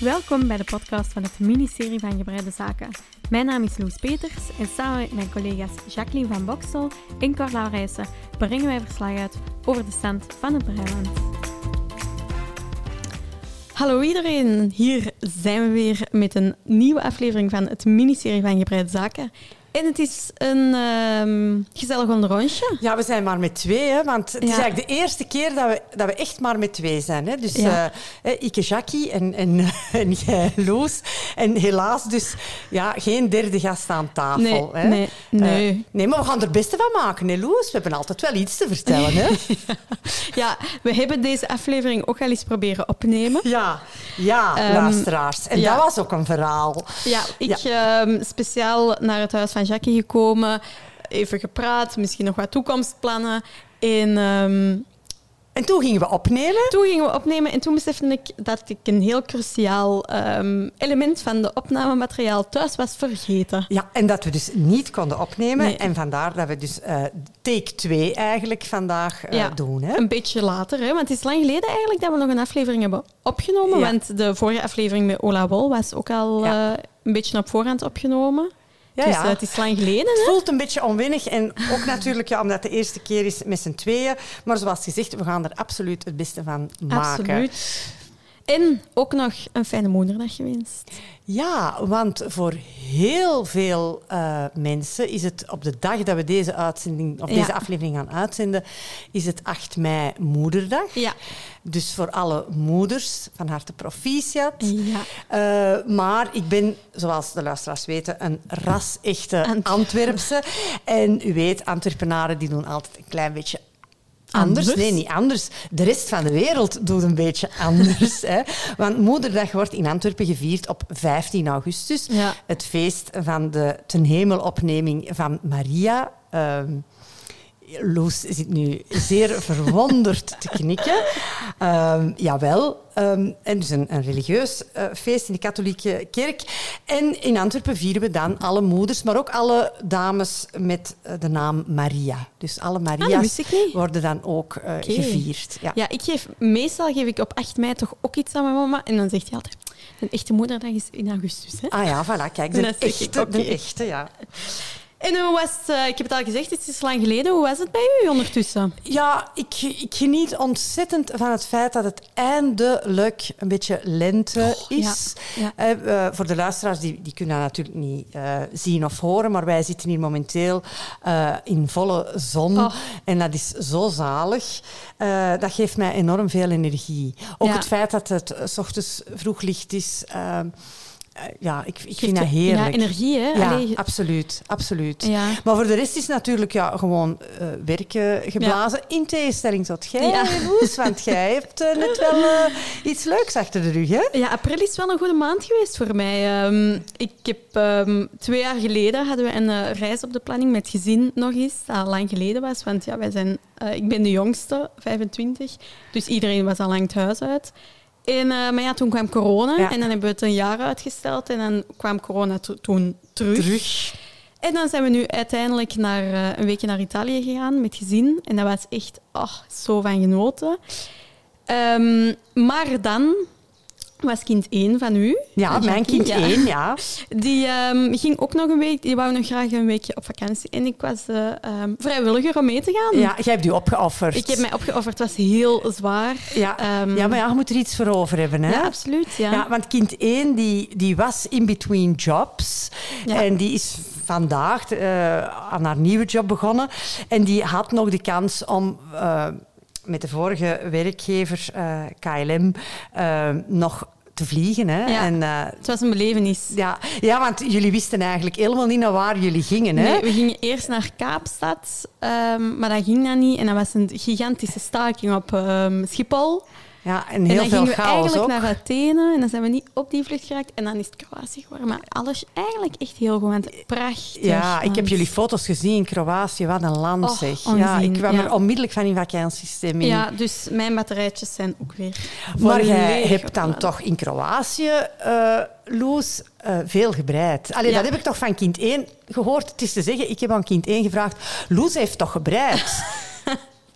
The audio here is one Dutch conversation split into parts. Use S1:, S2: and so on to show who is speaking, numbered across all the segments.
S1: Welkom bij de podcast van het ministerie van Gebreide Zaken. Mijn naam is Loes Peters en samen met mijn collega's Jacqueline van Boksel en Carla Rijssen brengen wij verslag uit over de stand van het Breiland. Hallo iedereen, hier zijn we weer met een nieuwe aflevering van het ministerie van Gebreide Zaken. En het is een ehm, gezellig onderrondje.
S2: Ja, we zijn maar met twee, hè, want het is
S1: Ja.
S2: eigenlijk de eerste keer dat we, dat we echt maar met twee zijn. Hè. Dus
S1: Ja.
S2: eh, eh, ik, Jackie en, en, en jij, Loes. En helaas dus ja, geen derde gast aan tafel.
S1: Nee,
S2: hè.
S1: nee, nee.
S2: Eh, nee, maar we gaan er het beste van maken, hè, Loes. We hebben altijd wel iets te vertellen. Hè.
S1: Ja, we hebben deze aflevering ook al eens proberen opnemen.
S2: ja, ja
S1: Ehm,
S2: luisteraars. En
S1: ja.
S2: dat was ook een verhaal.
S1: Ja, ik ehm, speciaal naar het huis van Jackie gekomen. Even gepraat, misschien nog wat toekomstplannen. En ehm,
S2: En toen gingen we opnemen.
S1: toen gingen we opnemen en toen besefte ik dat ik een heel cruciaal ehm, element van de opnamemateriaal thuis was vergeten.
S2: Ja, en dat we dus niet konden opnemen.
S1: Nee.
S2: En vandaar dat we dus eh, take 2 eigenlijk vandaag eh,
S1: Ja, Ehm,
S2: doen. Hè.
S1: Een beetje later, hè? want het is lang geleden eigenlijk dat we nog een aflevering hebben opgenomen.
S2: Ja.
S1: Want de vorige aflevering met Ola Wol was ook al
S2: Ja.
S1: eh, een beetje op voorhand opgenomen.
S2: Ja,
S1: dus
S2: ja.
S1: eh, het is lang geleden. Hè?
S2: Het voelt een beetje onwennig en ook natuurlijk ja, omdat het de eerste keer is met z'n tweeën. Maar zoals gezegd, we gaan er absoluut het beste van maken.
S1: Absoluut. En ook nog een fijne moederdag gewenst.
S2: Ja, want voor heel veel eh, mensen is het op de dag dat we deze, uitzending, of
S1: Ja.
S2: deze aflevering gaan uitzenden, is het 8 mei Moederdag.
S1: Ja.
S2: Dus voor alle moeders, van harte proficiat.
S1: Ja.
S2: Eh, maar ik ben, zoals de luisteraars weten, een ras-echte
S1: Ant-
S2: Antwerpse. En u weet, Antwerpenaren die doen altijd een klein beetje anders.
S1: Anders?
S2: Nee, niet anders. De rest van de wereld doet een beetje anders. hè. Want Moederdag wordt in Antwerpen gevierd op 15 augustus.
S1: Ja.
S2: Het feest van de ten hemelopneming van Maria. Ehm, Loes zit nu zeer verwonderd te knikken. Ehm, jawel. Ehm, en dus een, een religieus eh, feest in de katholieke kerk. En in Antwerpen vieren we dan alle moeders, maar ook alle dames met eh, de naam Maria. Dus alle
S1: Ah, dat
S2: Maria's
S1: wist ik niet.
S2: worden dan ook eh, gevierd. Ja.
S1: Ja, ik geef, meestal geef ik op 8 mei toch ook iets aan mijn mama. En dan zegt hij altijd, een echte moederdag is in augustus. Hè?
S2: Ah ja, voilà, kijk,
S1: Dat
S2: de
S1: zeg ik,
S2: echte,
S1: oké.
S2: de echte, ja.
S1: En hoe was het, eh, ik heb het al gezegd, het is lang geleden. Hoe was het bij u ondertussen?
S2: Ja, ik, ik geniet ontzettend van het feit dat het eindelijk een beetje lente is.
S1: ja,
S2: Eh, eh, voor de luisteraars, die, die kunnen dat natuurlijk niet eh, zien of horen, maar wij zitten hier momenteel eh, in volle zon.
S1: Oh.
S2: En dat is zo zalig. Eh, dat geeft mij enorm veel energie. Ook
S1: Ja.
S2: het feit dat het eh, s ochtends vroeg licht is. eh, eh, ja, ik, ik
S1: Geeft
S2: vind dat
S1: je-
S2: heerlijk.
S1: Ja, energie, hè?
S2: Ja,
S1: Allee, je-
S2: absoluut, absoluut.
S1: Ja.
S2: Maar voor de rest is natuurlijk ja, gewoon eh, werken geblazen. In tegenstelling tot jij,
S1: Ja.
S2: Loes. Want jij hebt eh, net wel eh, iets leuks achter de rug, hè?
S1: Ja, april is wel een goede maand geweest voor mij. Ehm, ik heb ehm, twee jaar geleden hadden we een eh, reis op de planning met gezin nog eens, dat al lang geleden was. Want ja, wij zijn, eh, ik ben de jongste, 25, dus iedereen was al lang thuis uit. En, eh, maar ja, toen kwam corona
S2: Ja.
S1: en dan hebben we het een jaar uitgesteld en dan kwam corona to- toen terug. En dan zijn we nu uiteindelijk naar, eh, een weekje naar Italië gegaan met gezin. En dat was echt oh, zo van genoten. Ehm, maar dan was kind 1 van u.
S2: Ja,
S1: Jackie,
S2: mijn kind
S1: ja.
S2: één, ja.
S1: Die ehm, ging ook nog een week, die wou nog graag een weekje op vakantie. En ik was eh, ehm, vrijwilliger om mee te gaan.
S2: Ja, jij hebt u opgeofferd.
S1: Ik heb mij opgeofferd, het was heel zwaar.
S2: ja.
S1: Ehm,
S2: ja, maar ja, je moet er iets voor over hebben, hè?
S1: ja, absoluut. Ja.
S2: Ja, want kind 1 die, die was in between jobs.
S1: Ja.
S2: En die is vandaag eh, aan haar nieuwe job begonnen. En die had nog de kans om. eh, met de vorige werkgever, eh, KLM, eh, nog te vliegen. Hè?
S1: Ja.
S2: En, eh,
S1: Het was een belevenis.
S2: ja, ja, want jullie wisten eigenlijk helemaal niet naar waar jullie gingen. Hè?
S1: Nee, we gingen eerst naar Kaapstad, ehm, maar dat ging dan niet. En dat was een gigantische staking op ehm, Schiphol.
S2: Ja, en
S1: En
S2: heel
S1: dan
S2: veel
S1: gingen we
S2: chaos
S1: eigenlijk
S2: ook.
S1: naar Athene en dan zijn we niet op die vlucht geraakt. En dan is het Kroatië geworden. Maar alles eigenlijk echt heel goed. want Prachtig.
S2: Ja, ik
S1: want-
S2: heb jullie foto's gezien in Kroatië. Wat een land,
S1: Och,
S2: zeg. Ja,
S1: onzin,
S2: ik kwam
S1: ja.
S2: er onmiddellijk van in vakantiesysteem in.
S1: Ja, dus mijn batterijtjes zijn ook weer.
S2: Maar jij
S1: volledig
S2: hebt dan
S1: opgeladen.
S2: toch in Kroatië, eh, Loes, eh, veel gebreid. Allee,
S1: Ja.
S2: dat heb ik toch van kind 1 gehoord. Het is te zeggen, ik heb aan kind 1 gevraagd, Loes heeft toch gebreid?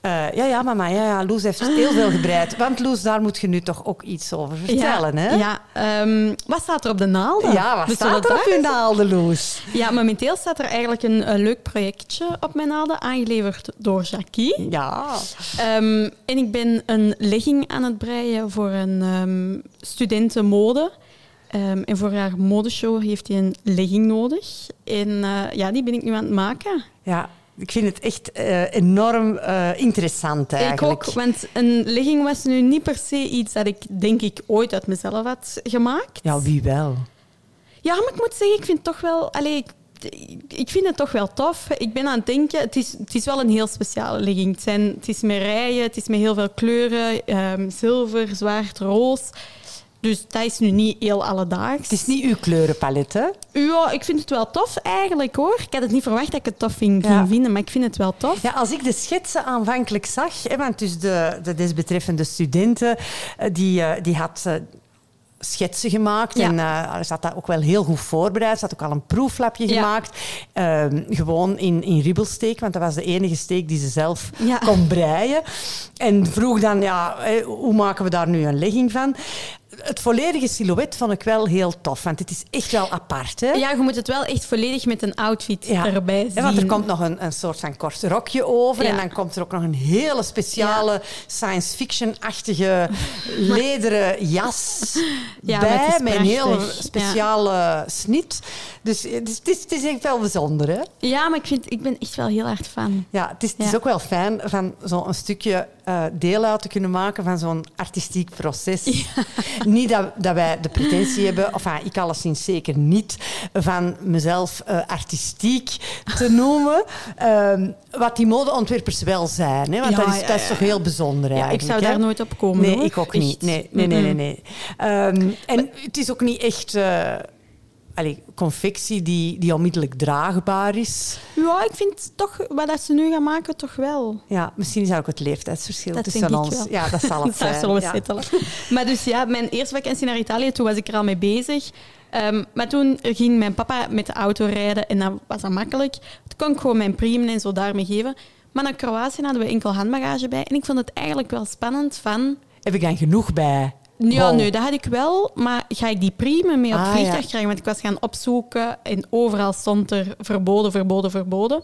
S2: Eh, ja, ja, mama, ja, ja, Loes heeft heel veel gebreid. Want Loes, daar moet je nu toch ook iets over vertellen,
S1: ja,
S2: hè?
S1: Ja, ehm, wat staat er op de naalden?
S2: Ja, wat
S1: We zullen
S2: staat er op
S1: daar
S2: je naalden, Loes?
S1: Ja, momenteel staat er eigenlijk een, eh, leuk projectje op mijn naalden, aangeleverd door Jackie.
S2: Ja.
S1: Ehm, en ik ben een legging aan het breien voor een ehm studentenmode. Ehm, en voor haar modeshow heeft hij een legging nodig. En eh, ja, die ben ik nu aan het maken.
S2: Ja, ik vind het echt eh, enorm eh, interessant eigenlijk.
S1: Ik ook, want een legging was nu niet per se iets dat ik denk ik ooit uit mezelf had gemaakt.
S2: Ja, wie wel?
S1: Ja, maar ik moet zeggen, ik vind het toch wel. Allee, ik, ik vind het toch wel tof. Ik ben aan het denken, het is, het is wel een heel speciale legging. Het, zijn, het is met rijen, het is met heel veel kleuren, ehm, zilver, zwart, roos. Dus dat is nu niet heel alledaags.
S2: Het is niet uw kleurenpalet, hè?
S1: Ja, ik vind het wel tof eigenlijk hoor. Ik had het niet verwacht dat ik het tof ging
S2: Ja.
S1: vinden, maar ik vind het wel tof.
S2: Ja, als ik de schetsen aanvankelijk zag, hè, want dus de, de desbetreffende studenten, eh, die, eh, die had eh, schetsen gemaakt
S1: Ja.
S2: en eh, ze had dat ook wel heel goed voorbereid. Ze had ook al een proeflapje
S1: Ja.
S2: gemaakt, Ehm, gewoon in, in ribbelsteek, want dat was de enige steek die ze zelf
S1: Ja.
S2: kon breien. En vroeg dan, ja, hè, hoe maken we daar nu een legging van? Het volledige silhouet vond ik wel heel tof, want het is echt wel apart. Hè?
S1: Ja, je moet het wel echt volledig met een outfit erbij zien.
S2: Ja, want er komt nog een, een soort van kort rokje over.
S1: Ja.
S2: En dan komt er ook nog een hele speciale science fiction-achtige lederen jas
S1: Ja, maar het
S2: bij.
S1: is
S2: Met een heel
S1: prachtig.
S2: speciale snit. Dus eh, het is, het is, het is echt wel bijzonder, hè?
S1: Ja, maar ik, vind, ik ben echt wel heel erg fan.
S2: Ja, het is, het is
S1: Ja.
S2: ook wel fijn van zo'n stukje eh, deel uit te kunnen maken van zo'n artistiek proces. Niet dat, dat wij de pretentie hebben, of enfin, ik alleszins zeker niet, van mezelf eh, artistiek te noemen. Ehm, wat die modeontwerpers wel zijn, hè, want
S1: Ja,
S2: dat, is,
S1: ja,
S2: dat is toch heel bijzonder
S1: Ja, ik
S2: eigenlijk.
S1: zou
S2: hè?
S1: daar nooit op komen.
S2: Nee,
S1: hoor.
S2: ik ook
S1: Echt.
S2: niet. Nee, nee, nee, nee.
S1: Mm-mm.
S2: nee. Ehm, en het is ook niet echt... eh, allee, confectie die, die onmiddellijk draagbaar is.
S1: Ja, ik vind toch wat dat ze nu gaan maken, toch wel.
S2: Ja, misschien is dat ook het leeftijdsverschil
S1: Dat
S2: tussen
S1: denk ik
S2: ons.
S1: wel.
S2: Ja, dat zal het zijn.
S1: Daar zullen we
S2: ja.
S1: settelen. Maar dus ja, mijn eerste vakantie naar Italië, toen was ik er al mee bezig. Ehm, maar toen ging mijn papa met de auto rijden en dat was dat makkelijk. Toen kon ik gewoon mijn priemen en zo daarmee geven. Maar naar Kroatië hadden we enkel handbagage bij. En ik vond het eigenlijk wel spannend van...
S2: Heb ik dan genoeg bij?
S1: Ja,
S2: Wow.
S1: nee, dat had ik wel. Maar ga ik die priemen mee op
S2: Ah,
S1: het vliegtuig
S2: ja.
S1: krijgen? Want ik was gaan opzoeken en overal stond er verboden, verboden, verboden.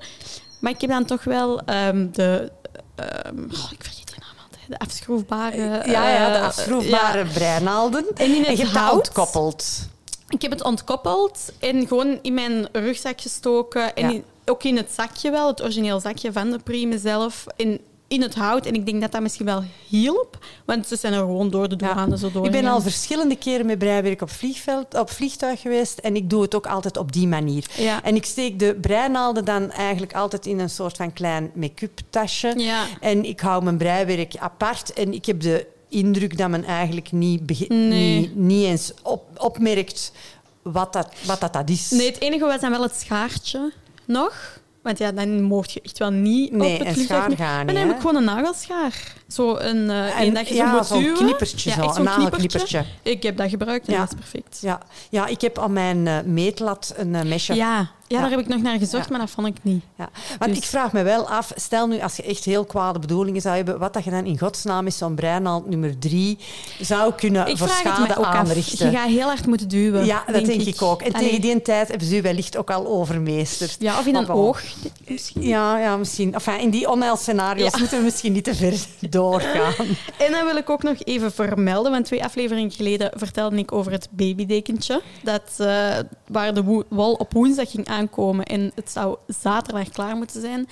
S1: Maar ik heb dan toch wel ehm, de... ehm, oh, ik vergeet die naam altijd. De afschroefbare...
S2: Ja, ja, de
S1: eh,
S2: afschroefbare
S1: ja.
S2: breinaalden.
S1: En in het
S2: je hebt dat
S1: hout?
S2: ontkoppeld.
S1: Ik heb het ontkoppeld en gewoon in mijn rugzak gestoken. En
S2: Ja.
S1: in- ook in het zakje wel, het origineel zakje van de priemen zelf. En in het hout. En ik denk dat dat misschien wel hielp. Want ze zijn er gewoon door de douane zo door.
S2: Ik ben al verschillende keren met breiwerk op, vliegveld, op vliegtuig geweest en ik doe het ook altijd op die manier.
S1: Ja.
S2: En ik steek de breinaalden dan eigenlijk altijd in een soort van klein make-up tasje.
S1: Ja.
S2: En ik hou mijn breiwerk apart en ik heb de indruk dat men eigenlijk niet, bege-
S1: Nee.
S2: niet, niet eens op- opmerkt wat dat, wat dat, dat is.
S1: Nee, het enige was dan wel het schaartje nog. Want ja, dan mocht je echt wel niet
S2: Nee,
S1: op het
S2: een
S1: vliegtuig.
S2: schaar gaat
S1: Maar
S2: niet,
S1: dan heb
S2: hè?
S1: ik gewoon een nagelschaar. Zo een, eh
S2: En-
S1: een dat je
S2: ja,
S1: zo moet
S2: zo'n
S1: duwen.
S2: knippertje zo,
S1: echt
S2: een
S1: zo'n
S2: nagelknippertje.
S1: Ik heb dat gebruikt en
S2: Ja.
S1: dat is perfect. Ja,
S2: Ja. ja, ik heb aan mijn eh, meetlat een eh, mesje. Ja.
S1: ja, daar heb ik nog naar gezocht,
S2: Ja.
S1: maar dat vond ik niet.
S2: Want
S1: Dus-
S2: ik vraag me wel af, stel nu als je echt heel kwade bedoelingen zou hebben, wat dat je dan in godsnaam is zo'n breinaald nummer drie zou kunnen
S1: Ik
S2: voor
S1: vraag het
S2: schade
S1: me ook af. Je
S2: aanrichten.
S1: gaat heel hard moeten duwen.
S2: Ja, dat denk, ik. ook. En
S1: Allee.
S2: tegen Oh, die tijd hebben ze u wellicht ook al overmeesterd.
S1: Ja, of in
S2: Maar
S1: een
S2: bon.
S1: oog. Misschien.
S2: Ja, ja, misschien. Enfin, in die onheilscenario's
S1: Ja.
S2: moeten we misschien niet te ver doorgaan.
S1: En dan wil ik ook nog even vermelden, want twee afleveringen geleden vertelde ik over het babydekentje. Dat, eh, waar de wo- wal op woensdag ging aankomen en het zou zaterdag klaar moeten zijn.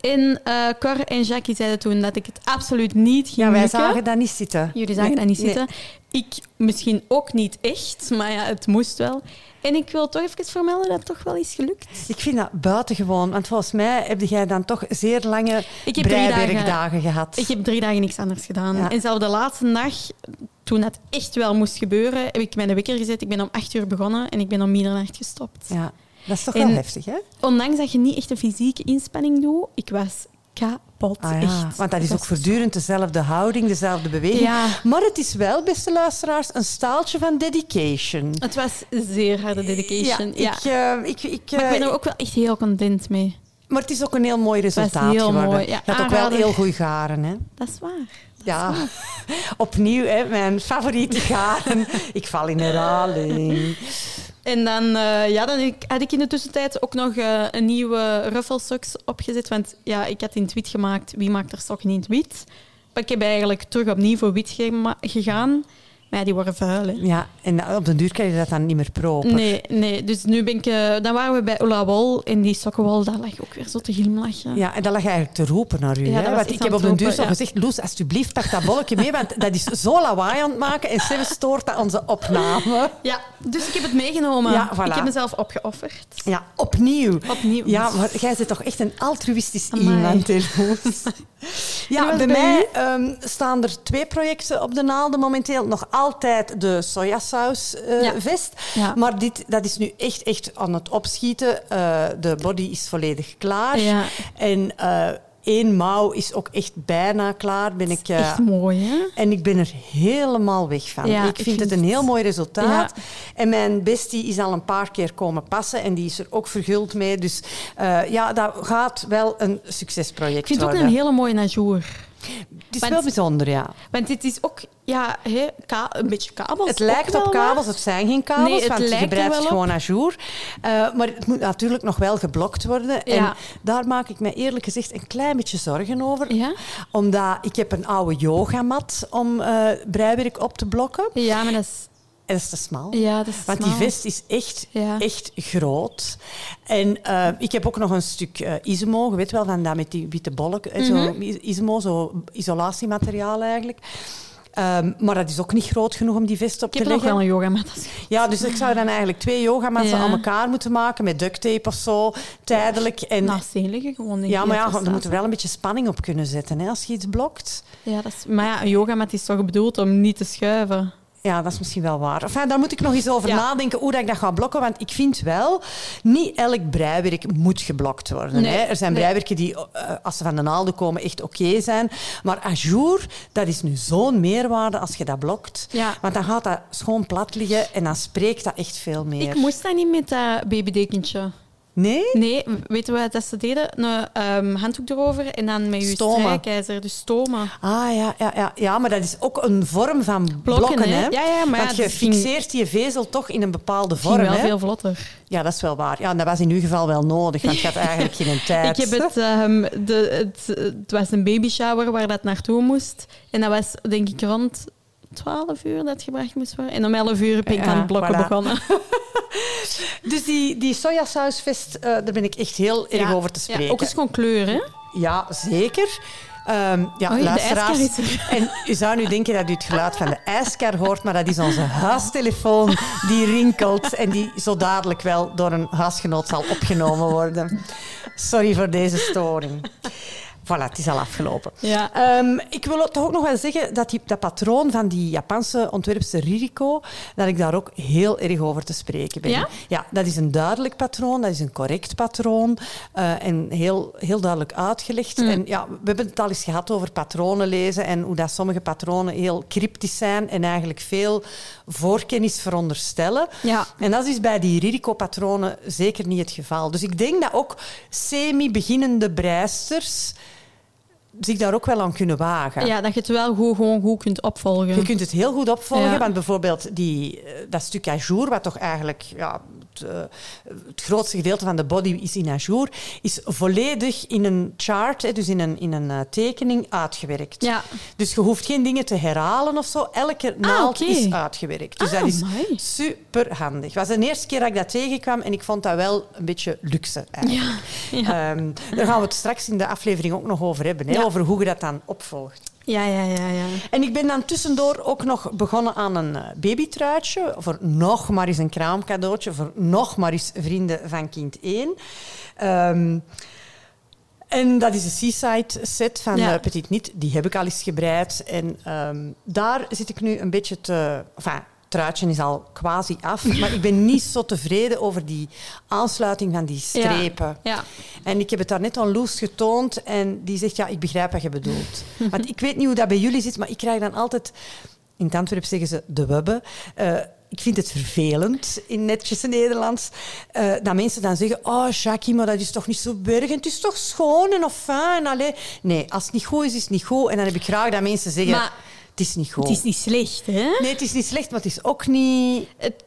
S1: En eh Cor en Jackie zeiden toen dat ik het absoluut niet ging
S2: Ja, wij
S1: lukken.
S2: zagen dat niet zitten.
S1: Jullie zagen dat
S2: Nee,
S1: niet
S2: nee.
S1: zitten. Ik misschien ook niet echt, maar ja, het moest wel. En ik wil toch even vermelden dat het toch wel is gelukt.
S2: Ik vind dat buitengewoon, want volgens mij heb jij dan toch zeer lange
S1: Ik heb drie
S2: breiwerkdagen gehad.
S1: Ik heb drie dagen niks anders gedaan.
S2: Ja.
S1: En zelfs de laatste dag, toen dat echt wel moest gebeuren, heb ik mijn wekker gezet. Ik ben om acht uur begonnen en ik ben om middernacht gestopt.
S2: Ja, dat is toch
S1: En-
S2: wel heftig, hè?
S1: Ondanks dat je niet echt een fysieke inspanning doet, ik was kapot.
S2: Ah, ja.
S1: echt.
S2: Want dat
S1: Ik
S2: is ook
S1: was-
S2: voortdurend dezelfde houding, dezelfde beweging.
S1: Ja.
S2: Maar het is wel, beste luisteraars, een staaltje van dedication.
S1: Het was zeer harde dedication. Ja,
S2: Ja, ik, eh, ik, ik,
S1: Maar ik
S2: eh,
S1: ben er ook wel echt heel content mee.
S2: Maar het is ook een heel mooi resultaat
S1: heel
S2: geworden.
S1: mooi, ja.
S2: Je had ook wel
S1: Aanrader.
S2: heel goed garen, hè?
S1: Dat is waar.
S2: Ja, opnieuw, hè, mijn favoriete garen. Ik val in herhaling.
S1: En dan, eh, ja, dan ik- had ik in de tussentijd ook nog eh, een nieuwe ruffelsoks opgezet. Want ja, ik had in het wit gemaakt. Wie maakt er sokken in het wit? Maar ik heb eigenlijk terug opnieuw voor wit gema- gegaan. Maar ja, die waren vuil, hè.
S2: Ja, en op den duur kan je dat dan niet meer proper.
S1: Nee, nee, dus nu ben ik... eh, dan waren we bij Ola Wol en die sokkenwol, daar lag ook weer zo te glimlachen.
S2: Ja, en dat lag eigenlijk te roepen naar u.
S1: Ja, dat
S2: hè?
S1: was
S2: Want
S1: echt
S2: ik heb
S1: aan
S2: op
S1: het
S2: den duur
S1: roepen,
S2: zo
S1: ja.
S2: gezegd, Loes, alsjeblieft, pak dat bolletje mee, want dat is zo lawaai aan het maken en Sam stoort dat onze opname.
S1: Ja, dus ik heb het meegenomen.
S2: Ja, voilà.
S1: Ik heb mezelf opgeofferd.
S2: Ja, opnieuw.
S1: Opnieuw.
S2: Ja, maar jij bent toch echt een altruïstisch
S1: Amai.
S2: iemand, hè, Loes?
S1: En
S2: Ja,
S1: wat
S2: bij
S1: bij
S2: mij ehm, staan er twee projecten op de naalden momenteel. Nog altijd de sojasaus eh,
S1: Ja.
S2: vest.
S1: Ja.
S2: Maar dit, dat is nu echt, echt aan het opschieten. Eh, de body is volledig klaar.
S1: Ja.
S2: En eh één mouw is ook echt bijna klaar. Ben ik, eh,
S1: Echt mooi, hè?
S2: en ik ben er helemaal weg van.
S1: Ja,
S2: ik,
S1: ik
S2: vind
S1: vind
S2: het een heel mooi resultaat.
S1: Ja.
S2: En mijn bestie is al een paar keer komen passen en die is er ook verguld mee. Dus eh, ja, dat gaat wel een
S1: Ik
S2: succesproject
S1: vind het ook
S2: worden.
S1: een hele mooie najour.
S2: Het is
S1: want-
S2: wel bijzonder, ja.
S1: Want dit is ook ja, hè, ka- een beetje kabels.
S2: Het lijkt op kabels, het zijn geen kabels,
S1: Nee, het
S2: want
S1: lijkt
S2: je
S1: er
S2: breidt
S1: wel
S2: het
S1: op.
S2: gewoon à jour. Eh, maar het moet natuurlijk nog wel geblokt worden. En
S1: Ja.
S2: daar maak ik mij eerlijk gezegd een klein beetje zorgen over.
S1: Ja?
S2: Omdat ik heb een oude yogamat om eh breiwerk op te blokken.
S1: Ja, maar dat is...
S2: En dat is te smal.
S1: Ja, dat is
S2: Want
S1: smal.
S2: die vest is echt,
S1: Ja.
S2: echt groot. En eh, ik heb ook nog een stuk eh ismo, je weet wel, van dat met die witte bolk. eh,
S1: Mhm.
S2: zo, is- ismo, zo isolatiemateriaal eigenlijk. Ehm, maar dat is ook niet groot genoeg om die vest op
S1: Ik heb
S2: te
S1: nog
S2: leggen.
S1: wel een yoga, maar dat is...
S2: Ja, dus ik zou dan eigenlijk twee yogamatten
S1: Ja.
S2: aan elkaar moeten maken met duct tape of zo, tijdelijk. En,
S1: Naast één liggen gewoon. denk
S2: ja,
S1: ik,
S2: maar
S1: dat
S2: ja,
S1: is
S2: er moet er wel een beetje spanning op kunnen zetten hè, als je iets blokt.
S1: Ja, dat is... Maar ja, een yogamat is toch bedoeld om niet te schuiven?
S2: Ja, dat is misschien wel waar. Enfin, daar moet ik nog eens over
S1: Ja.
S2: nadenken hoe dat ik dat ga blokken. Want ik vind wel, niet elk breiwerk moet geblokt worden.
S1: Nee,
S2: Hè. Er zijn
S1: nee.
S2: breiwerken die, eh, als ze van de naalden komen, echt oké zijn. Maar à jour, dat is nu zo'n meerwaarde als je dat blokt.
S1: Ja.
S2: Want dan gaat dat schoon plat liggen en dan spreekt dat echt veel meer.
S1: Ik moest dat niet met dat babydekentje.
S2: Nee?
S1: Nee, weten we dat ze deden? Een ehm, handdoek erover en dan met je
S2: Stomen.
S1: strijkijzer, dus stomen.
S2: Ah ja, ja, ja, ja, maar dat is ook een vorm van blokken. hè?
S1: hè? Ja, ja, maar
S2: Want
S1: ja,
S2: je
S1: het ging-
S2: fixeert die vezel toch in een bepaalde
S1: Het ging
S2: vorm.
S1: wel
S2: Hè?
S1: veel vlotter.
S2: Ja, dat is wel waar. Ja, en dat was in uw geval wel nodig, want je had eigenlijk geen tijd.
S1: Ik heb het, ehm, de, het, het was een baby shower waar dat naartoe moest. En dat was denk ik rond 12 uur dat het gebracht moest worden. En om 11 uur ben ik
S2: Ja,
S1: aan het blokken
S2: voilà.
S1: begonnen.
S2: Dus die, die sojasausvest, eh, daar ben ik echt heel erg
S1: Ja,
S2: over te
S1: ja,
S2: spreken. Ja,
S1: ook eens gewoon kleur, hè?
S2: zeker. Ehm, ja,
S1: Oei, de
S2: luisteraars.
S1: ijskar is
S2: En u zou nu denken dat u het geluid van de ijskar hoort, maar dat is onze huistelefoon die rinkelt en die zo dadelijk wel door een huisgenoot zal opgenomen worden. Sorry voor deze storing. Voilà, het is al afgelopen.
S1: Ja.
S2: Ehm, ik wil toch ook nog wel zeggen dat die, dat patroon van die Japanse ontwerpster Ririko, dat ik daar ook heel erg over te spreken ben.
S1: Ja?
S2: dat is een duidelijk patroon, dat is een correct patroon eh, en heel, heel duidelijk uitgelegd. En ja, we hebben het al eens gehad over patronen lezen en hoe dat sommige patronen heel cryptisch zijn en eigenlijk veel voorkennis veronderstellen.
S1: Ja.
S2: En dat is dus bij die Ririco-patronen zeker niet het geval. Dus ik denk dat ook semi-beginnende breisters zich daar ook wel aan kunnen wagen.
S1: Ja, dat je het wel goed, gewoon goed kunt opvolgen.
S2: Je kunt het heel goed opvolgen,
S1: Ja.
S2: want bijvoorbeeld die, eh, dat stuk ajour, wat toch eigenlijk ja, het, eh, het grootste gedeelte van de body is in ajour, is volledig in een chart, hè, dus in een, in een eh, tekening, uitgewerkt.
S1: Ja. Ah,
S2: Dus je hoeft geen dingen te herhalen of zo. Elke naald
S1: oké.
S2: is uitgewerkt. Dus
S1: Ah,
S2: dat is
S1: amai.
S2: super handig. Het was de eerste keer dat ik dat tegenkwam en ik vond dat wel een beetje luxe eigenlijk.
S1: Ja. Ja.
S2: Ehm, daar gaan we het straks in de aflevering ook nog over hebben, hè,
S1: Ja.
S2: over hoe je dat dan opvolgt.
S1: ja, ja, ja, ja.
S2: En ik ben dan tussendoor ook nog begonnen aan een eh, babytruitje. Voor nog maar eens een kraamcadeautje. Voor nog maar eens vrienden van kind 1. Ehm, en dat is een Seaside set van
S1: Ja.
S2: eh, Petit Niet. Die heb ik al eens gebreid. En ehm, daar zit ik nu een beetje te... Enfin, het truitje is al quasi af. Maar ik ben niet zo tevreden over die aansluiting van die strepen.
S1: Ja.
S2: En ik heb het daarnet aan Loes getoond en die zegt, ja, ik begrijp wat je bedoelt. Want ik weet niet hoe dat bij jullie zit, maar ik krijg dan altijd... In het Antwerp zeggen ze de webbe. Eh, ik vind het vervelend in netjes Nederlands eh, dat mensen dan zeggen: Oh, Jackie, maar dat is toch niet zo bergend, het is toch schoon en of fijn. Allee. Nee, als het niet goed is, is het niet goed. En dan heb ik graag dat mensen zeggen:
S1: Maar-
S2: Het is niet goed.
S1: Het is niet slecht, hè?
S2: Nee, het is niet slecht, maar het is ook niet.
S1: Het-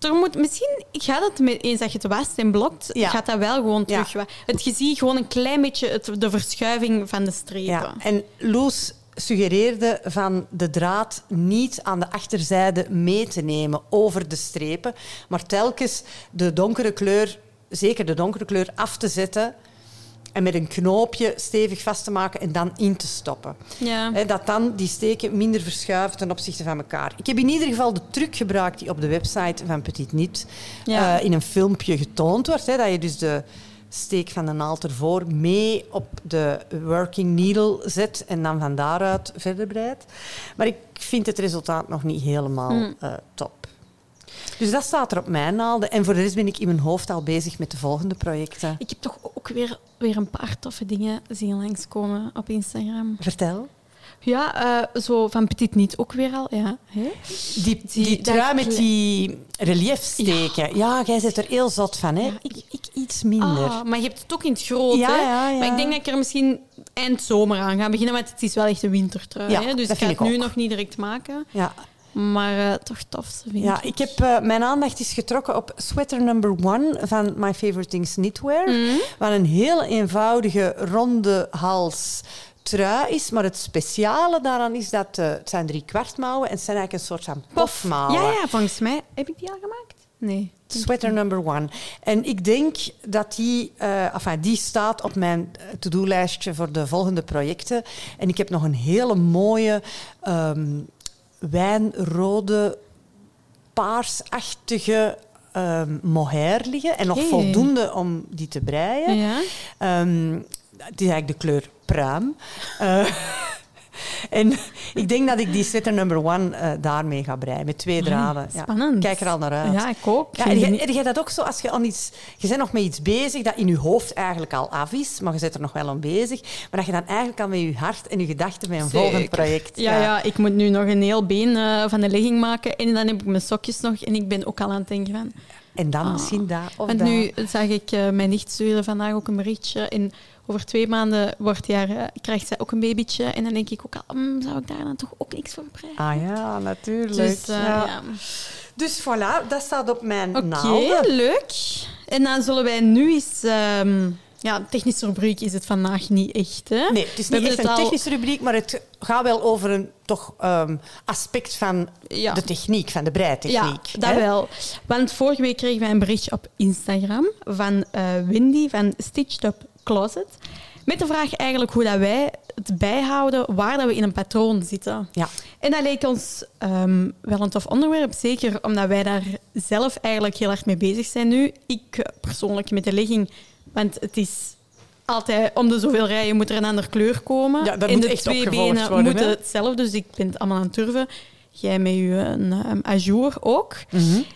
S1: er moet, misschien gaat het met- eens dat je het wast en blokt,
S2: Ja.
S1: gaat dat wel gewoon
S2: Ja.
S1: terug. Het, je ziet gewoon een klein beetje het, de verschuiving van de strepen.
S2: Ja. En Loes suggereerde van de draad niet aan de achterzijde mee te nemen over de strepen, maar telkens de donkere kleur, zeker de donkere kleur, af te zetten en met een knoopje stevig vast te maken en dan in te stoppen.
S1: Ja.
S2: Hè, dat dan die steken minder verschuiven ten opzichte van elkaar. Ik heb in ieder geval de truc gebruikt die op de website van Petit Niet
S1: Ja.
S2: eh, in een filmpje getoond wordt. Hè, dat je dus de steek van de naald ervoor mee op de working needle zet en dan van daaruit verder breidt. Maar ik vind het resultaat nog niet helemaal
S1: Hm.
S2: eh, top. Dus dat staat er op mijn naalden. En voor de rest ben ik in mijn hoofd al bezig met de volgende projecten.
S1: Ik heb toch ook weer, weer een paar toffe dingen zien langskomen op Instagram.
S2: Vertel.
S1: Ja, eh, zo van Petit Niet ook weer al. Ja. Hè?
S2: Die, die,
S1: Die-
S2: trui
S1: dat
S2: met
S1: kle-
S2: die reliefsteken. Ja. jij zit er heel zot van, hè?
S1: Ja,
S2: ik, ik iets minder.
S1: Ah, maar je hebt het ook in het groot,
S2: Ja,
S1: hè?
S2: ja, ja.
S1: Maar ik denk dat ik er misschien eind zomer aan ga beginnen, want het is wel echt een wintertrui.
S2: Ja,
S1: hè? Dus
S2: dat
S1: ik ga
S2: vind ik
S1: het nu
S2: ook.
S1: nog niet direct maken.
S2: Ja.
S1: Maar eh, toch tof, ze vind
S2: Ja, ik heb, eh, mijn aandacht is getrokken op sweater number one van My Favorite Things Knitwear.
S1: Mm.
S2: Wat een heel eenvoudige ronde hals trui is. Maar het speciale daaraan is dat eh, het zijn drie kwartmouwen en het zijn eigenlijk een soort van pofmouwen.
S1: Ja, ja, volgens mij heb ik die al gemaakt. Nee.
S2: Sweater number one. En ik denk dat die, eh, enfin, die staat op mijn eh, to-do-lijstje voor de volgende projecten. En ik heb nog een hele mooie ehm, wijnrode, paarsachtige ehm mohair liggen. En nog
S1: Hey.
S2: voldoende om die te breien.
S1: Ja.
S2: Ehm, het is eigenlijk de kleur pruim. Eh, en ik denk dat ik die sweater number one eh, daarmee ga breien, met twee draden. Ja.
S1: spannend.
S2: Kijk er al naar uit.
S1: Ja, ik ook.
S2: Ja, en jij- en jij dat ook zo als je al iets... Je bent nog met iets bezig dat in je hoofd eigenlijk al af is, maar je bent er nog wel aan bezig. Maar dat je dan eigenlijk al met je hart en je gedachten bij een volgend project...
S1: Ja, ja. ik moet nu nog een heel been eh, van de legging maken. En dan heb ik mijn sokjes nog. En ik ben ook al aan het denken van...
S2: En dan misschien daar of
S1: Want
S2: daar.
S1: Ah. nu zag ik eh, mijn nicht sturen vandaag ook een berichtje. En over twee maanden wordt die haar, eh, krijgt zij ook een babytje. En dan denk ik ook al, mm, zou ik daar dan toch ook niks voor breien?
S2: Ah ja, natuurlijk.
S1: dus eh,
S2: ja.
S1: ja.
S2: dus voilà, dat staat op mijn
S1: Oké,
S2: naalden.
S1: leuk. En dan zullen wij nu eens... ehm, ja, technische rubriek is het vandaag niet echt, hè?
S2: Nee, het is
S1: We hebben
S2: niet echt
S1: het
S2: een
S1: al-
S2: technische rubriek, maar het gaat wel over een toch, ehm, aspect van
S1: Ja.
S2: de techniek, van de breitechniek.
S1: Ja, dat
S2: hè?
S1: wel. Want vorige week kregen wij een berichtje op Instagram van eh Wendy van Stitched Up Closet. Met de vraag eigenlijk hoe dat wij het bijhouden waar dat we in een patroon zitten.
S2: Ja.
S1: En dat leek ons ehm, wel een tof onderwerp. Zeker omdat wij daar zelf eigenlijk heel hard mee bezig zijn nu. Ik eh, persoonlijk met de legging, want het is altijd om de zoveel rijen moet er een andere kleur komen.
S2: Ja, daar
S1: en
S2: moet
S1: de
S2: echt
S1: twee
S2: opgevolgd
S1: benen
S2: worden,
S1: moeten
S2: hè?
S1: hetzelfde. Dus ik ben het allemaal aan het turven. Jij met je een, ehm, ajour ook.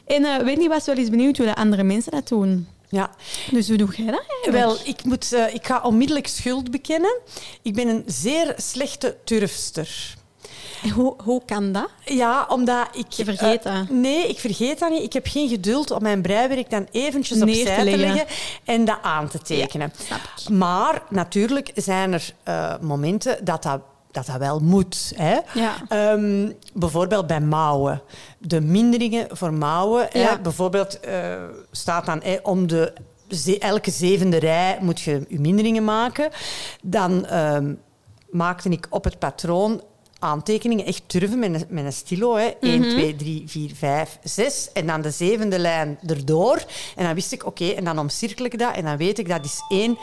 S1: En eh, Wendy was wel eens benieuwd hoe de andere mensen dat doen.
S2: ja.
S1: Dus hoe doe jij dat eigenlijk?
S2: Wel, ik, moet, eh, ik ga onmiddellijk schuld bekennen. Ik ben een zeer slechte turfster.
S1: En hoe, hoe kan dat?
S2: Ja, omdat ik...
S1: Je vergeet
S2: eh,
S1: dat.
S2: Nee, ik vergeet dat niet. Ik heb geen geduld om mijn breiwerk dan eventjes
S1: Neer te
S2: opzij te leggen.
S1: leggen.
S2: en dat aan te tekenen. maar natuurlijk zijn er eh, momenten dat dat, dat, dat wel moet. Hè?
S1: Ja.
S2: Ehm, bijvoorbeeld bij mouwen. De minderingen voor mouwen. Hè?
S1: Ja.
S2: Bijvoorbeeld eh, staat dan hè, om de ze- elke zevende rij moet je je minderingen maken. Dan ehm, maakte ik op het patroon aantekeningen, echt turven met een, met een stilo. Hè. 1, 2, 3, 4, 5, 6. En dan de zevende lijn erdoor. En dan wist ik, oké, en dan omcirkel ik dat. En dan weet ik, dat is één.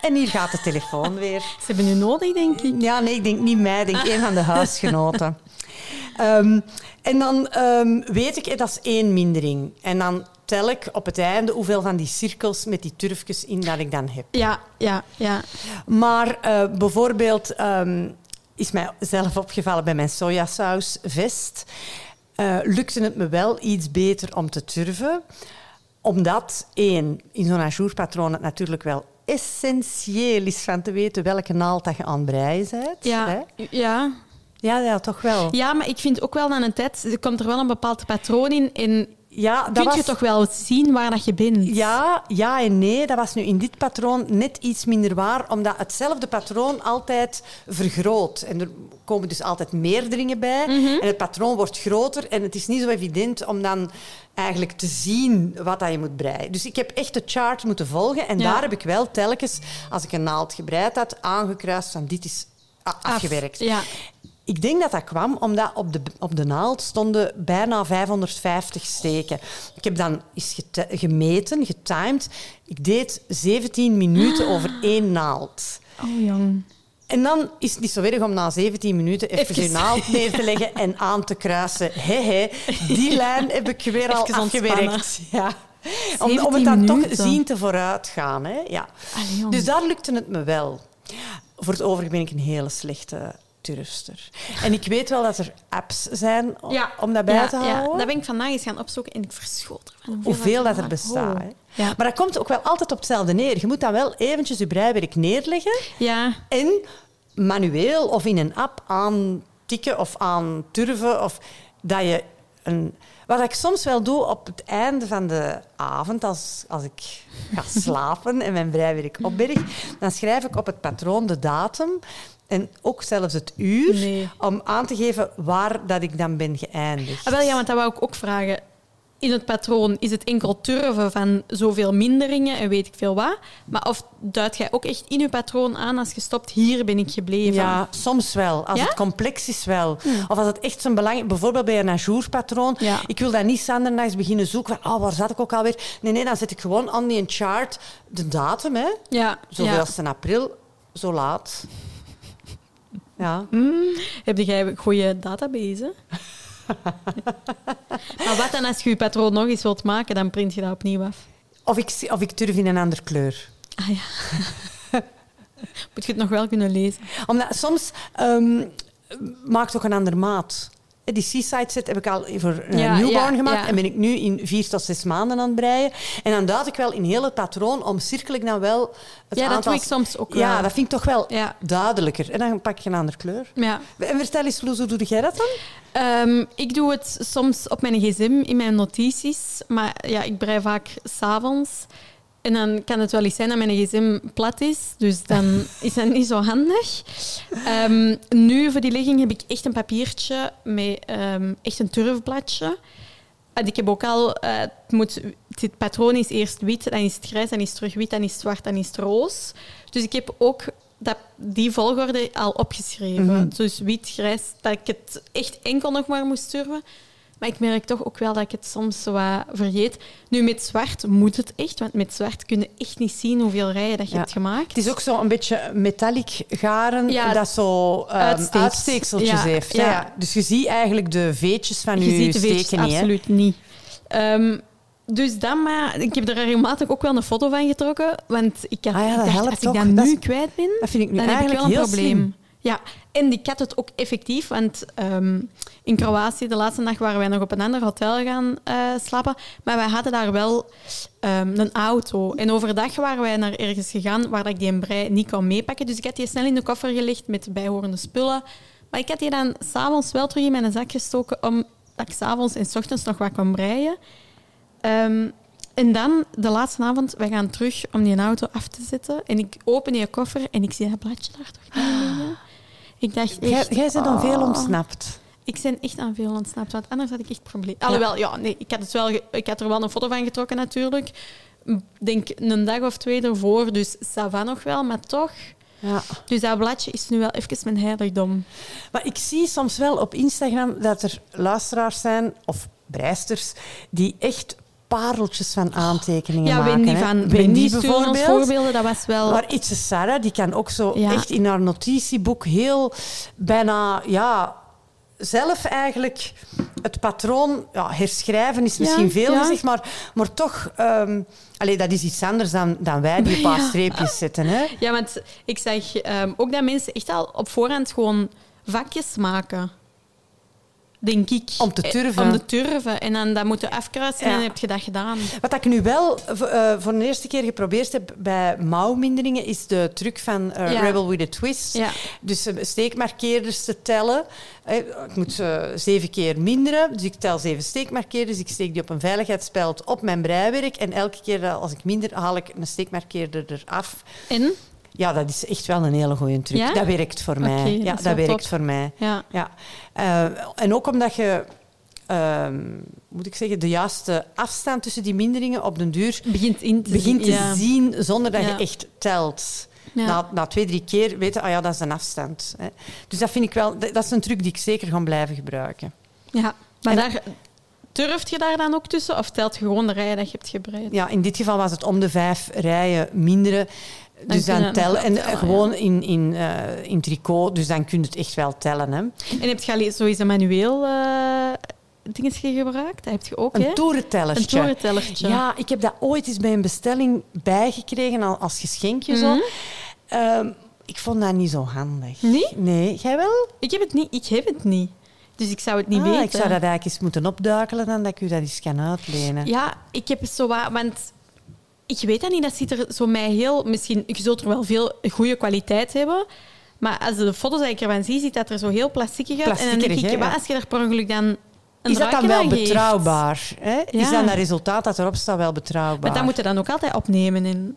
S2: En hier gaat de telefoon weer.
S1: Ze hebben nu nodig, denk ik.
S2: Ja, nee, ik denk niet mij, ik denk een van de huisgenoten. Ehm, en dan ehm, weet ik, hè, dat is één mindering. En dan tel ik op het einde hoeveel van die cirkels met die turfjes in dat ik dan heb.
S1: Ja, ja, ja.
S2: Maar eh, bijvoorbeeld ehm, is mij zelf opgevallen bij mijn sojasausvest. eh lukte het me wel iets beter om te turven. Omdat, één, in zo'n ajourpatroon het natuurlijk wel essentieel is van te weten welke naald dat je aan het breien bent.
S1: Ja,
S2: hè.
S1: ja.
S2: Ja, ja, toch wel.
S1: Ja, maar ik vind ook wel na een tijd, er komt er wel een bepaald patroon in. En
S2: Ja, dat
S1: kun
S2: was...
S1: je toch wel zien waar dat je bent?
S2: Ja, ja en nee. Dat was nu in dit patroon net iets minder waar, omdat hetzelfde patroon altijd vergroot. En er komen dus altijd meerderingen bij.
S1: Mhm.
S2: En het patroon wordt groter. En het is niet zo evident om dan eigenlijk te zien wat dat je moet breien. Dus ik heb echt de chart moeten volgen. En
S1: Ja.
S2: daar heb ik wel telkens, als ik een naald gebreid had, aangekruist van dit is a-
S1: Af.
S2: afgewerkt.
S1: Ja.
S2: Ik denk dat dat kwam omdat op de, op de naald stonden bijna 550 steken. Ik heb dan eens gete- gemeten, getimed. Ik deed 17 minuten over één naald.
S1: Oh, jong.
S2: En dan is het niet zo erg om na 17 minuten even,
S1: Even-
S2: je naald neer te leggen en aan te kruisen. Hé, hé, die lijn heb ik weer al
S1: Even
S2: afgewerkt.
S1: ontspannen.
S2: Ja. Om, om het
S1: 17
S2: dan
S1: minuten.
S2: toch zien te vooruitgaan. Hè? Ja.
S1: Allee, jong.
S2: Dus daar lukte het me wel. Voor het overige ben ik een hele slechte turfster. En ik weet wel dat er apps zijn o- om dat bij
S1: Ja,
S2: te
S1: ja.
S2: houden.
S1: Dat ben ik vandaag eens gaan opzoeken en ik verschoot ervan.
S2: Hoeveel dat er
S1: maakt.
S2: bestaat.
S1: Oh.
S2: hè.
S1: Ja.
S2: Maar dat komt ook wel altijd op hetzelfde neer. Je moet dan wel eventjes je breiwerk neerleggen
S1: ja.
S2: en manueel of in een app aantikken of aanturven. Of dat je een... Wat ik soms wel doe op het einde van de avond, als, als ik ga slapen en mijn breiwerk opberg, dan schrijf ik op het patroon de datum en ook zelfs het uur,
S1: Nee.
S2: om aan te geven waar dat ik dan ben geëindigd.
S1: Ah, wel, ja, want dat wou ik ook vragen. In het patroon is het enkel turven van zoveel minderingen en weet ik veel wat. Maar of duidt jij ook echt in je patroon aan als je stopt, hier ben ik gebleven?
S2: Ja, soms wel. Als
S1: Ja? Hmm.
S2: het complex is wel. Of als het echt zo'n belang... Bijvoorbeeld bij een ajourpatroon.
S1: Ja.
S2: Ik wil dat niet zandernachts beginnen zoeken. Van, oh, waar zat ik ook alweer? Nee, nee, dan zet ik gewoon aan die chart de datum. Hè.
S1: ja. ja.
S2: Zoveelste april, zo laat. Ja.
S1: Heb jij een goede database? maar wat dan als je je patroon nog eens wilt maken, dan print je dat opnieuw af.
S2: Of, ik, of ik turf in een andere kleur.
S1: Ah ja. Moet je het nog wel kunnen lezen.
S2: Omdat soms ehm, maakt ook een ander maat. Eh, Die seaside set heb ik al voor een
S1: Ja,
S2: newborn
S1: ja,
S2: gemaakt
S1: ja.
S2: en ben ik nu in vier tot zes maanden aan het breien. En dan duid ik wel in heel het patroon, omcirkel ik dan wel het
S1: Ja, dat
S2: aantal-
S1: doe ik soms ook
S2: Ja,
S1: wel.
S2: dat vind ik toch wel
S1: Ja.
S2: duidelijker. En dan pak je een andere kleur.
S1: Ja.
S2: En vertel eens, Loes, hoe doe jij dat dan?
S1: Ehm, ik doe het soms op mijn gsm in mijn notities, maar ja, ik brei vaak s'avonds. En dan kan het wel eens zijn dat mijn gsm plat is, dus dan is dat niet zo handig. Ehm, nu, voor die legging, heb ik echt een papiertje met ehm, echt een turfbladje. En ik heb ook al, eh, het, moet, het- het patroon is eerst wit, dan is het grijs, dan is het terug wit, dan is het zwart, dan is het roos. Dus ik heb ook dat, die volgorde al opgeschreven.
S2: Mhm.
S1: Dus wit, grijs, dat ik het echt enkel nog maar moest turven. Maar ik merk toch ook wel dat ik het soms zo wat vergeet. Nu, met zwart moet het echt, want met zwart kun je echt niet zien hoeveel rijen dat je
S2: Ja.
S1: hebt gemaakt.
S2: Het is ook zo een beetje metallic garen
S1: Ja,
S2: dat zo ehm,
S1: uitsteekt.
S2: uitsteekseltjes
S1: Ja,
S2: heeft. hè.
S1: ja.
S2: Dus je ziet eigenlijk de veetjes van
S1: Je ziet de
S2: steken
S1: veetjes
S2: niet. hè.
S1: absoluut niet. Ehm, dus dan, maar ik heb er regelmatig ook wel een foto van getrokken. Want ik had,
S2: Ah ja, dat
S1: ik dacht,
S2: helpt
S1: als ik
S2: ook.
S1: dat
S2: Dat
S1: nu
S2: is-
S1: kwijt ben,
S2: Dat vind ik nu
S1: dan heb ik
S2: eigenlijk
S1: wel een
S2: heel
S1: probleem.
S2: slim.
S1: Ja, en ik had het ook effectief, want ehm, in Kroatië, de laatste nacht waren wij nog op een ander hotel gaan eh, slapen. Maar wij hadden daar wel ehm, een auto. En overdag waren wij naar ergens gegaan waar ik die in brei niet kon meepakken. Dus ik had die snel in de koffer gelegd met bijhorende spullen. Maar ik had die dan s'avonds wel terug in mijn zak gestoken, omdat ik s'avonds en 's ochtends nog wat kon breien. Ehm, en dan, de laatste avond, wij gaan terug om die auto af te zetten. En ik open die koffer en ik zie dat bladje daar toch niet liggen. Ik dacht
S2: Jij,
S1: echt...
S2: jij bent dan veel
S1: oh.
S2: ontsnapt.
S1: Ik ben echt aan veel ontsnapt, want anders had ik echt problemen. Alhoewel, ja, nee, ik had, het wel ge- ik had er wel een foto van getrokken natuurlijk. Ik denk een dag of twee ervoor, dus ça va nog wel, maar toch...
S2: Ja.
S1: Dus dat bladje is nu wel even mijn heiligdom.
S2: Maar ik zie soms wel op Instagram dat er luisteraars zijn, of breisters, die echt pareltjes van aantekeningen
S1: Ja,
S2: maken.
S1: Wendy
S2: hè.
S1: van
S2: Wendy
S1: Wendy stuurde ons voorbeelden, dat was wel...
S2: Maar Itse Sarah, die kan ook zo
S1: Ja.
S2: echt in haar notitieboek heel bijna, ja, zelf eigenlijk het patroon ja, herschrijven is misschien
S1: Ja,
S2: veel
S1: ja.
S2: gezegd, maar, maar toch, ehm allee, dat is iets anders dan, dan wij die een paar
S1: Ja.
S2: streepjes zetten. Hè?
S1: Ja, want ik zeg ehm, ook dat mensen echt al op voorhand gewoon vakjes maken. denk ik.
S2: Om te turven.
S1: Om te turven. En dan dat moeten afkruisen en
S2: Ja.
S1: dan heb je dat gedaan.
S2: Wat ik nu wel v- eh, voor de eerste keer geprobeerd heb bij mouwminderingen, is de truc van eh,
S1: Ja.
S2: Rebel with a Twist.
S1: Ja.
S2: Dus eh, steekmarkeerders te tellen. Eh, ik moet ze zeven keer minderen. Dus ik tel zeven steekmarkeerders. Ik steek die op een veiligheidsspeld op mijn breiwerk. En elke keer eh, als ik minder, haal ik een steekmarkeerder eraf.
S1: En?
S2: Ja, dat is echt wel een hele goede truc.
S1: Ja?
S2: Dat werkt voor mij.
S1: Oké,
S2: ja,
S1: dat is wel
S2: dat, werkt
S1: top.
S2: voor mij.
S1: Ja.
S2: Ja. Eh, en ook omdat je, ehm, moet ik zeggen, de juiste afstand tussen die minderingen op den duur
S1: Begint in te
S2: begint te
S1: ja.
S2: zien Nou. zonder dat
S1: Ja.
S2: je echt telt.
S1: Ja.
S2: Na, na twee, drie keer weten, ah ja, dat is een afstand. Hè. Dus dat vind ik wel, dat, dat is een truc die ik zeker ga blijven gebruiken.
S1: Ja. Maar
S2: En-
S1: daar, turft je daar dan ook tussen of telt je gewoon de rijen dat je hebt gebreid?
S2: Ja, in dit geval was het om de vijf rijen minderen.
S1: Dan
S2: Dus
S1: kun je
S2: dan,
S1: het
S2: tellen.
S1: nog
S2: En
S1: wel tellen,
S2: gewoon in, in, eh, in tricot, dus dan kun je het echt wel tellen. Hè.
S1: En heb je al eens zoiets een manueel eh, dingetje gebruikt? Dat heb je ook, hè?
S2: Een toerentellertje.
S1: Een toerentellertje.
S2: Ja, ik heb dat ooit eens bij een bestelling bijgekregen al- als geschenkje. Zo.
S1: Mhm.
S2: Ehm, ik vond dat niet zo handig.
S1: Nee?
S2: Nee, jij wel?
S1: Ik heb het niet. Ik heb het niet. Dus ik zou het niet
S2: Ah,
S1: weten.
S2: Ik zou dat eigenlijk eens moeten opduikelen dan dat ik u dat eens kan uitlenen.
S1: Ja, ik heb zo wat... Want ik weet dat niet. Dat ziet er zo mij heel... Misschien, je zult er wel veel goede kwaliteit hebben. Maar als je de foto's die ik ervan zie, ziet dat er zo heel plastiekig uit. En dan denk
S2: Plastiekerig,
S1: ik,
S2: hè,
S1: wat
S2: ja.
S1: als je er per ongeluk dan een
S2: Is dat dan
S1: draakje
S2: wel
S1: aan geeft?
S2: betrouwbaar? Hè?
S1: Ja.
S2: Is dan dat resultaat dat erop staat wel betrouwbaar?
S1: Maar dat moet je dan ook altijd opnemen en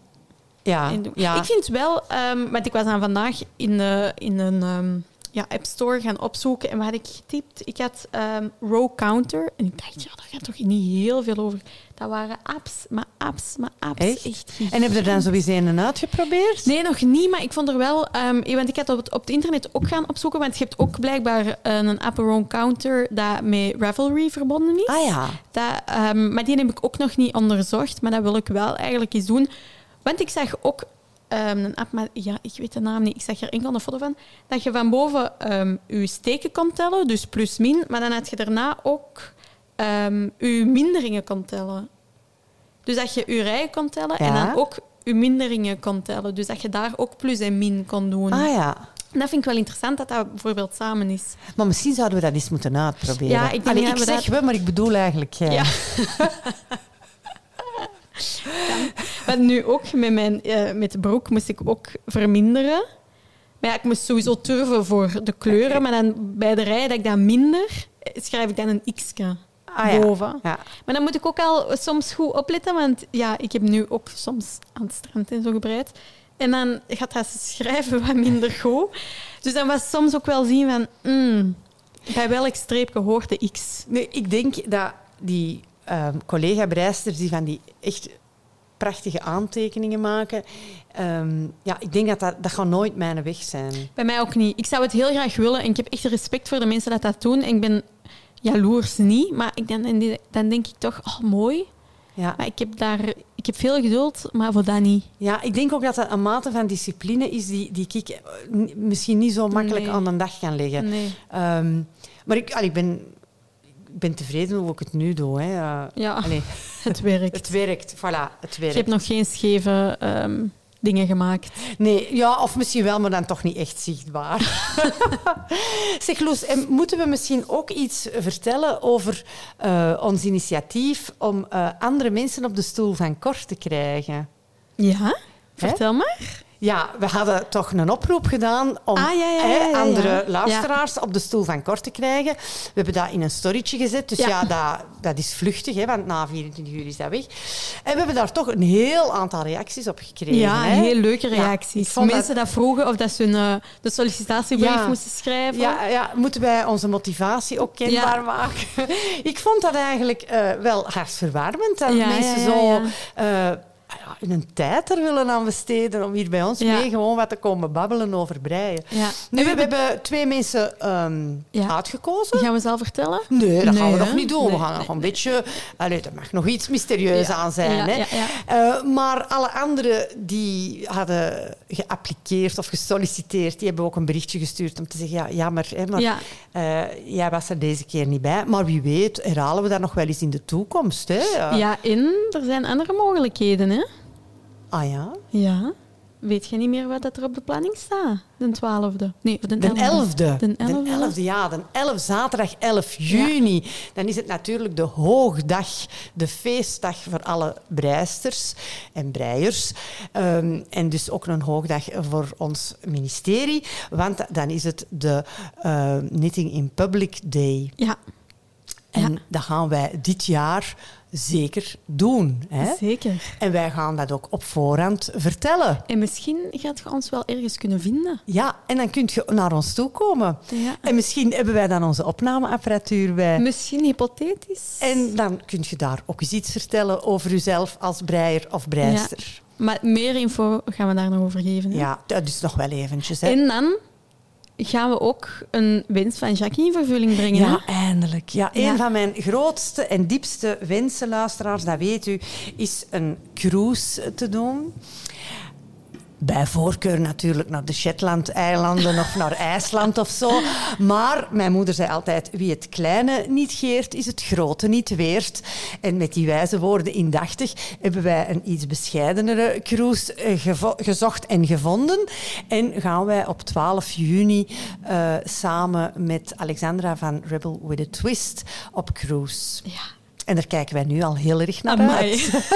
S2: ja.
S1: en doen.
S2: Ja.
S1: Ik vind wel, ehm, want ik was dan vandaag in, de, in een ehm, ja, App Store gaan opzoeken en wat had ik getypt? Ik had ehm, row counter en ik dacht, ja, daar gaat toch niet heel veel over. Dat waren apps, maar apps, maar apps.
S2: Echt?
S1: gigantisch.
S2: En heb je er dan sowieso een uitgeprobeerd?
S1: Nee, nog niet, maar ik vond er wel... ehm, ja, want ik had op het, op het internet ook gaan opzoeken, want je hebt ook blijkbaar een, een Apple Row counter dat met Ravelry verbonden is.
S2: Ah ja.
S1: Dat, ehm, maar die heb ik ook nog niet onderzocht, maar dat wil ik wel eigenlijk eens doen. Want ik zag ook ehm, een app, maar ja, ik weet de naam niet, ik zag er enkel een foto van, dat je van boven ehm, je steken kon tellen, dus plus min, maar dan had je daarna ook ehm, je minderingen kon tellen. Dus dat je je rijen kon tellen en
S2: Ja.
S1: dan ook je minderingen kon tellen. Dus dat je daar ook plus en min kon doen.
S2: Ah ja.
S1: En dat vind ik wel interessant dat dat bijvoorbeeld samen is.
S2: Maar misschien zouden we dat eens moeten uitproberen.
S1: Ja, ik denk
S2: Allee,
S1: dat
S2: ik
S1: we
S2: zeg
S1: dat-
S2: wel, maar ik bedoel eigenlijk eh, jij.
S1: Ja. Wat nu ook met, mijn, eh, met de broek moest ik ook verminderen. Maar ja, ik moest sowieso turven voor de kleuren. Maar dan bij de rij dat ik dat minder, eh, schrijf ik dan een x
S2: Ah, ja.
S1: boven.
S2: Ja.
S1: Maar dan moet ik ook al soms goed opletten. Want ja, ik heb nu ook soms aan het strand en zo gebreid. En dan gaat dat schrijven wat minder goed. Dus dan was soms ook wel zien van... mm, bij welk streepje hoort de x?
S2: Nee, ik denk dat die ehm, collega-breister die van die echt prachtige aantekeningen maken, ehm, ja, ik denk dat dat, dat gaat nooit mijn weg zijn.
S1: Bij mij ook niet. Ik zou het heel graag willen en ik heb echt respect voor de mensen dat dat doen. En ik ben jaloers niet, maar ik dan, en die- dan denk ik toch, oh mooi.
S2: Ja.
S1: Maar ik heb, daar, ik heb veel geduld, maar voor dat niet.
S2: ja, ik denk ook dat dat een mate van discipline is die, die ik eh, n- misschien niet zo makkelijk
S1: Nee. Mm.
S2: aan de dag kan leggen.
S1: Nee.
S2: Ehm, maar ik, allee, ik, ben, ik ben tevreden hoe ik het nu doe. Hè. Eh,
S1: Ja,
S2: allee,
S1: het werkt.
S2: het werkt, voilà, het
S1: Je
S2: werkt.
S1: hebt nog geen scheve ehm, dingen gemaakt.
S2: Nee, ja, of misschien wel, maar dan toch niet echt zichtbaar. zeg Loes, en moeten we misschien ook iets vertellen over eh, ons initiatief om eh, andere mensen op de stoel van kort te krijgen?
S1: Ja? Vertel maar.
S2: Ja, we hadden toch een oproep gedaan om
S1: Ah, ja, ja, ja,
S2: hè,
S1: ja, ja.
S2: andere
S1: Ja.
S2: luisteraars op de stoel van kort te krijgen. We hebben dat in een storytje gezet, dus
S1: Ja.
S2: ja, dat, dat is vluchtig, hè, want na 24 uur is dat weg. En we hebben daar toch een heel aantal reacties op gekregen.
S1: Ja,
S2: hè.
S1: heel leuke
S2: Ja,
S1: reacties. Voor
S2: ik vond dat-
S1: mensen dat... vroegen of dat ze hun, eh, de sollicitatiebrief
S2: Ja.
S1: moesten schrijven.
S2: Ja, ja, moeten wij onze motivatie ook kenbaar
S1: Ja.
S2: maken? Ik vond dat eigenlijk eh, wel hartverwarmend. Dat
S1: Ja,
S2: mensen
S1: ja, ja,
S2: zo
S1: ja.
S2: eh, ja, hun tijd er willen aan besteden om hier bij ons
S1: Ja.
S2: mee gewoon wat te komen babbelen over breien.
S1: Ja.
S2: Nu, we, hebben twee mensen ehm,
S1: Ja.
S2: uitgekozen.
S1: Die gaan we zelf vertellen?
S2: Nee, dat gaan we
S1: Nee,
S2: nog
S1: hè?
S2: niet doen.
S1: Nee,
S2: we gaan nog een beetje... Allee, er mag nog iets mysterieus
S1: Ja.
S2: aan zijn.
S1: Ja,
S2: hè.
S1: ja, ja.
S2: Eh, maar alle anderen die hadden geappliqueerd of gesolliciteerd, die hebben ook een berichtje gestuurd om te zeggen, ja, jammer, hè, maar
S1: Ja.
S2: eh, jij was er deze keer niet bij. Maar wie weet herhalen we dat nog wel eens in de toekomst. Hè?
S1: Ja, en er zijn andere mogelijkheden, hè?
S2: Ah ja?
S1: Ja. Weet je niet meer wat dat er op de planning staat? De 12e. Nee, de 11e.
S2: De 11e.
S1: De 11e.
S2: ja. De 11, zaterdag 11 juni. Dan is het natuurlijk de hoogdag, de feestdag voor alle breisters en breiers. Ehm, en dus ook een hoogdag voor ons ministerie, want dan is het de eh, Knitting in Public Day.
S1: Ja,
S2: En
S1: Ja.
S2: dat gaan wij dit jaar zeker doen. Hè?
S1: zeker.
S2: En wij gaan dat ook op voorhand vertellen.
S1: En misschien gaat je ons wel ergens kunnen vinden.
S2: Ja, en dan kunt je naar ons toe komen.
S1: Ja.
S2: En misschien hebben wij dan onze opnameapparatuur bij.
S1: Eh, Misschien hypothetisch.
S2: En dan kun je daar ook eens iets vertellen over jezelf als breier of breister.
S1: Maar meer info gaan we daar nog over geven.
S2: Ja,
S1: hè?
S2: dat is nog wel eventjes. Hè.
S1: En dan gaan we ook een wens van Jackie in vervulling brengen.
S2: Ja, eindelijk. Ja,
S1: Ja.
S2: Een van mijn grootste en diepste wensen, luisteraars, dat weet u, is een cruise te doen. Bij voorkeur natuurlijk naar de Shetland-eilanden of naar IJsland of zo. Maar mijn moeder zei altijd, wie het kleine niet geert, is het grote niet weert. En met die wijze woorden indachtig hebben wij een iets bescheidenere cruise eh, gevo- gezocht en gevonden. En gaan wij op 12 juni eh, samen met Alexandra van Rebel with a Twist op cruise.
S1: hè? Ja.
S2: En daar kijken wij nu al heel erg naar
S1: Amai.
S2: uit.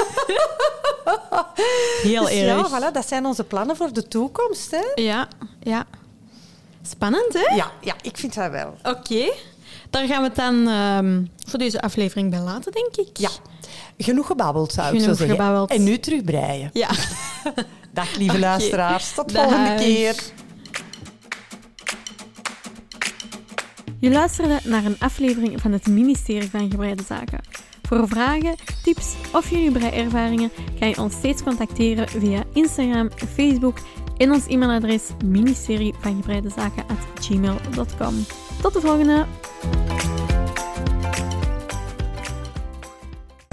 S1: Heel
S2: Dus
S1: erg.
S2: Ja, voilà, dat zijn onze plannen voor de toekomst. Hè?
S1: Ja, ja. Spannend, hè?
S2: Ja, ja, ik vind dat wel.
S1: Oké. Daar gaan we het dan ehm, voor deze aflevering bij laten, denk ik.
S2: Ja. Genoeg gebabbeld, zou ik
S1: Genoeg
S2: zo zeggen.
S1: gebabbeld.
S2: En nu terug breien.
S1: Ja.
S2: Dag, lieve
S1: Oké.
S2: luisteraars. Tot de
S1: Dag.
S2: volgende keer.
S1: Je luisterde naar een aflevering van het ministerie van Gebreide Zaken. Voor vragen, tips of jullie breiervaringen kan je ons steeds contacteren via Instagram, Facebook en ons e-mailadres ministerie van Tot de volgende!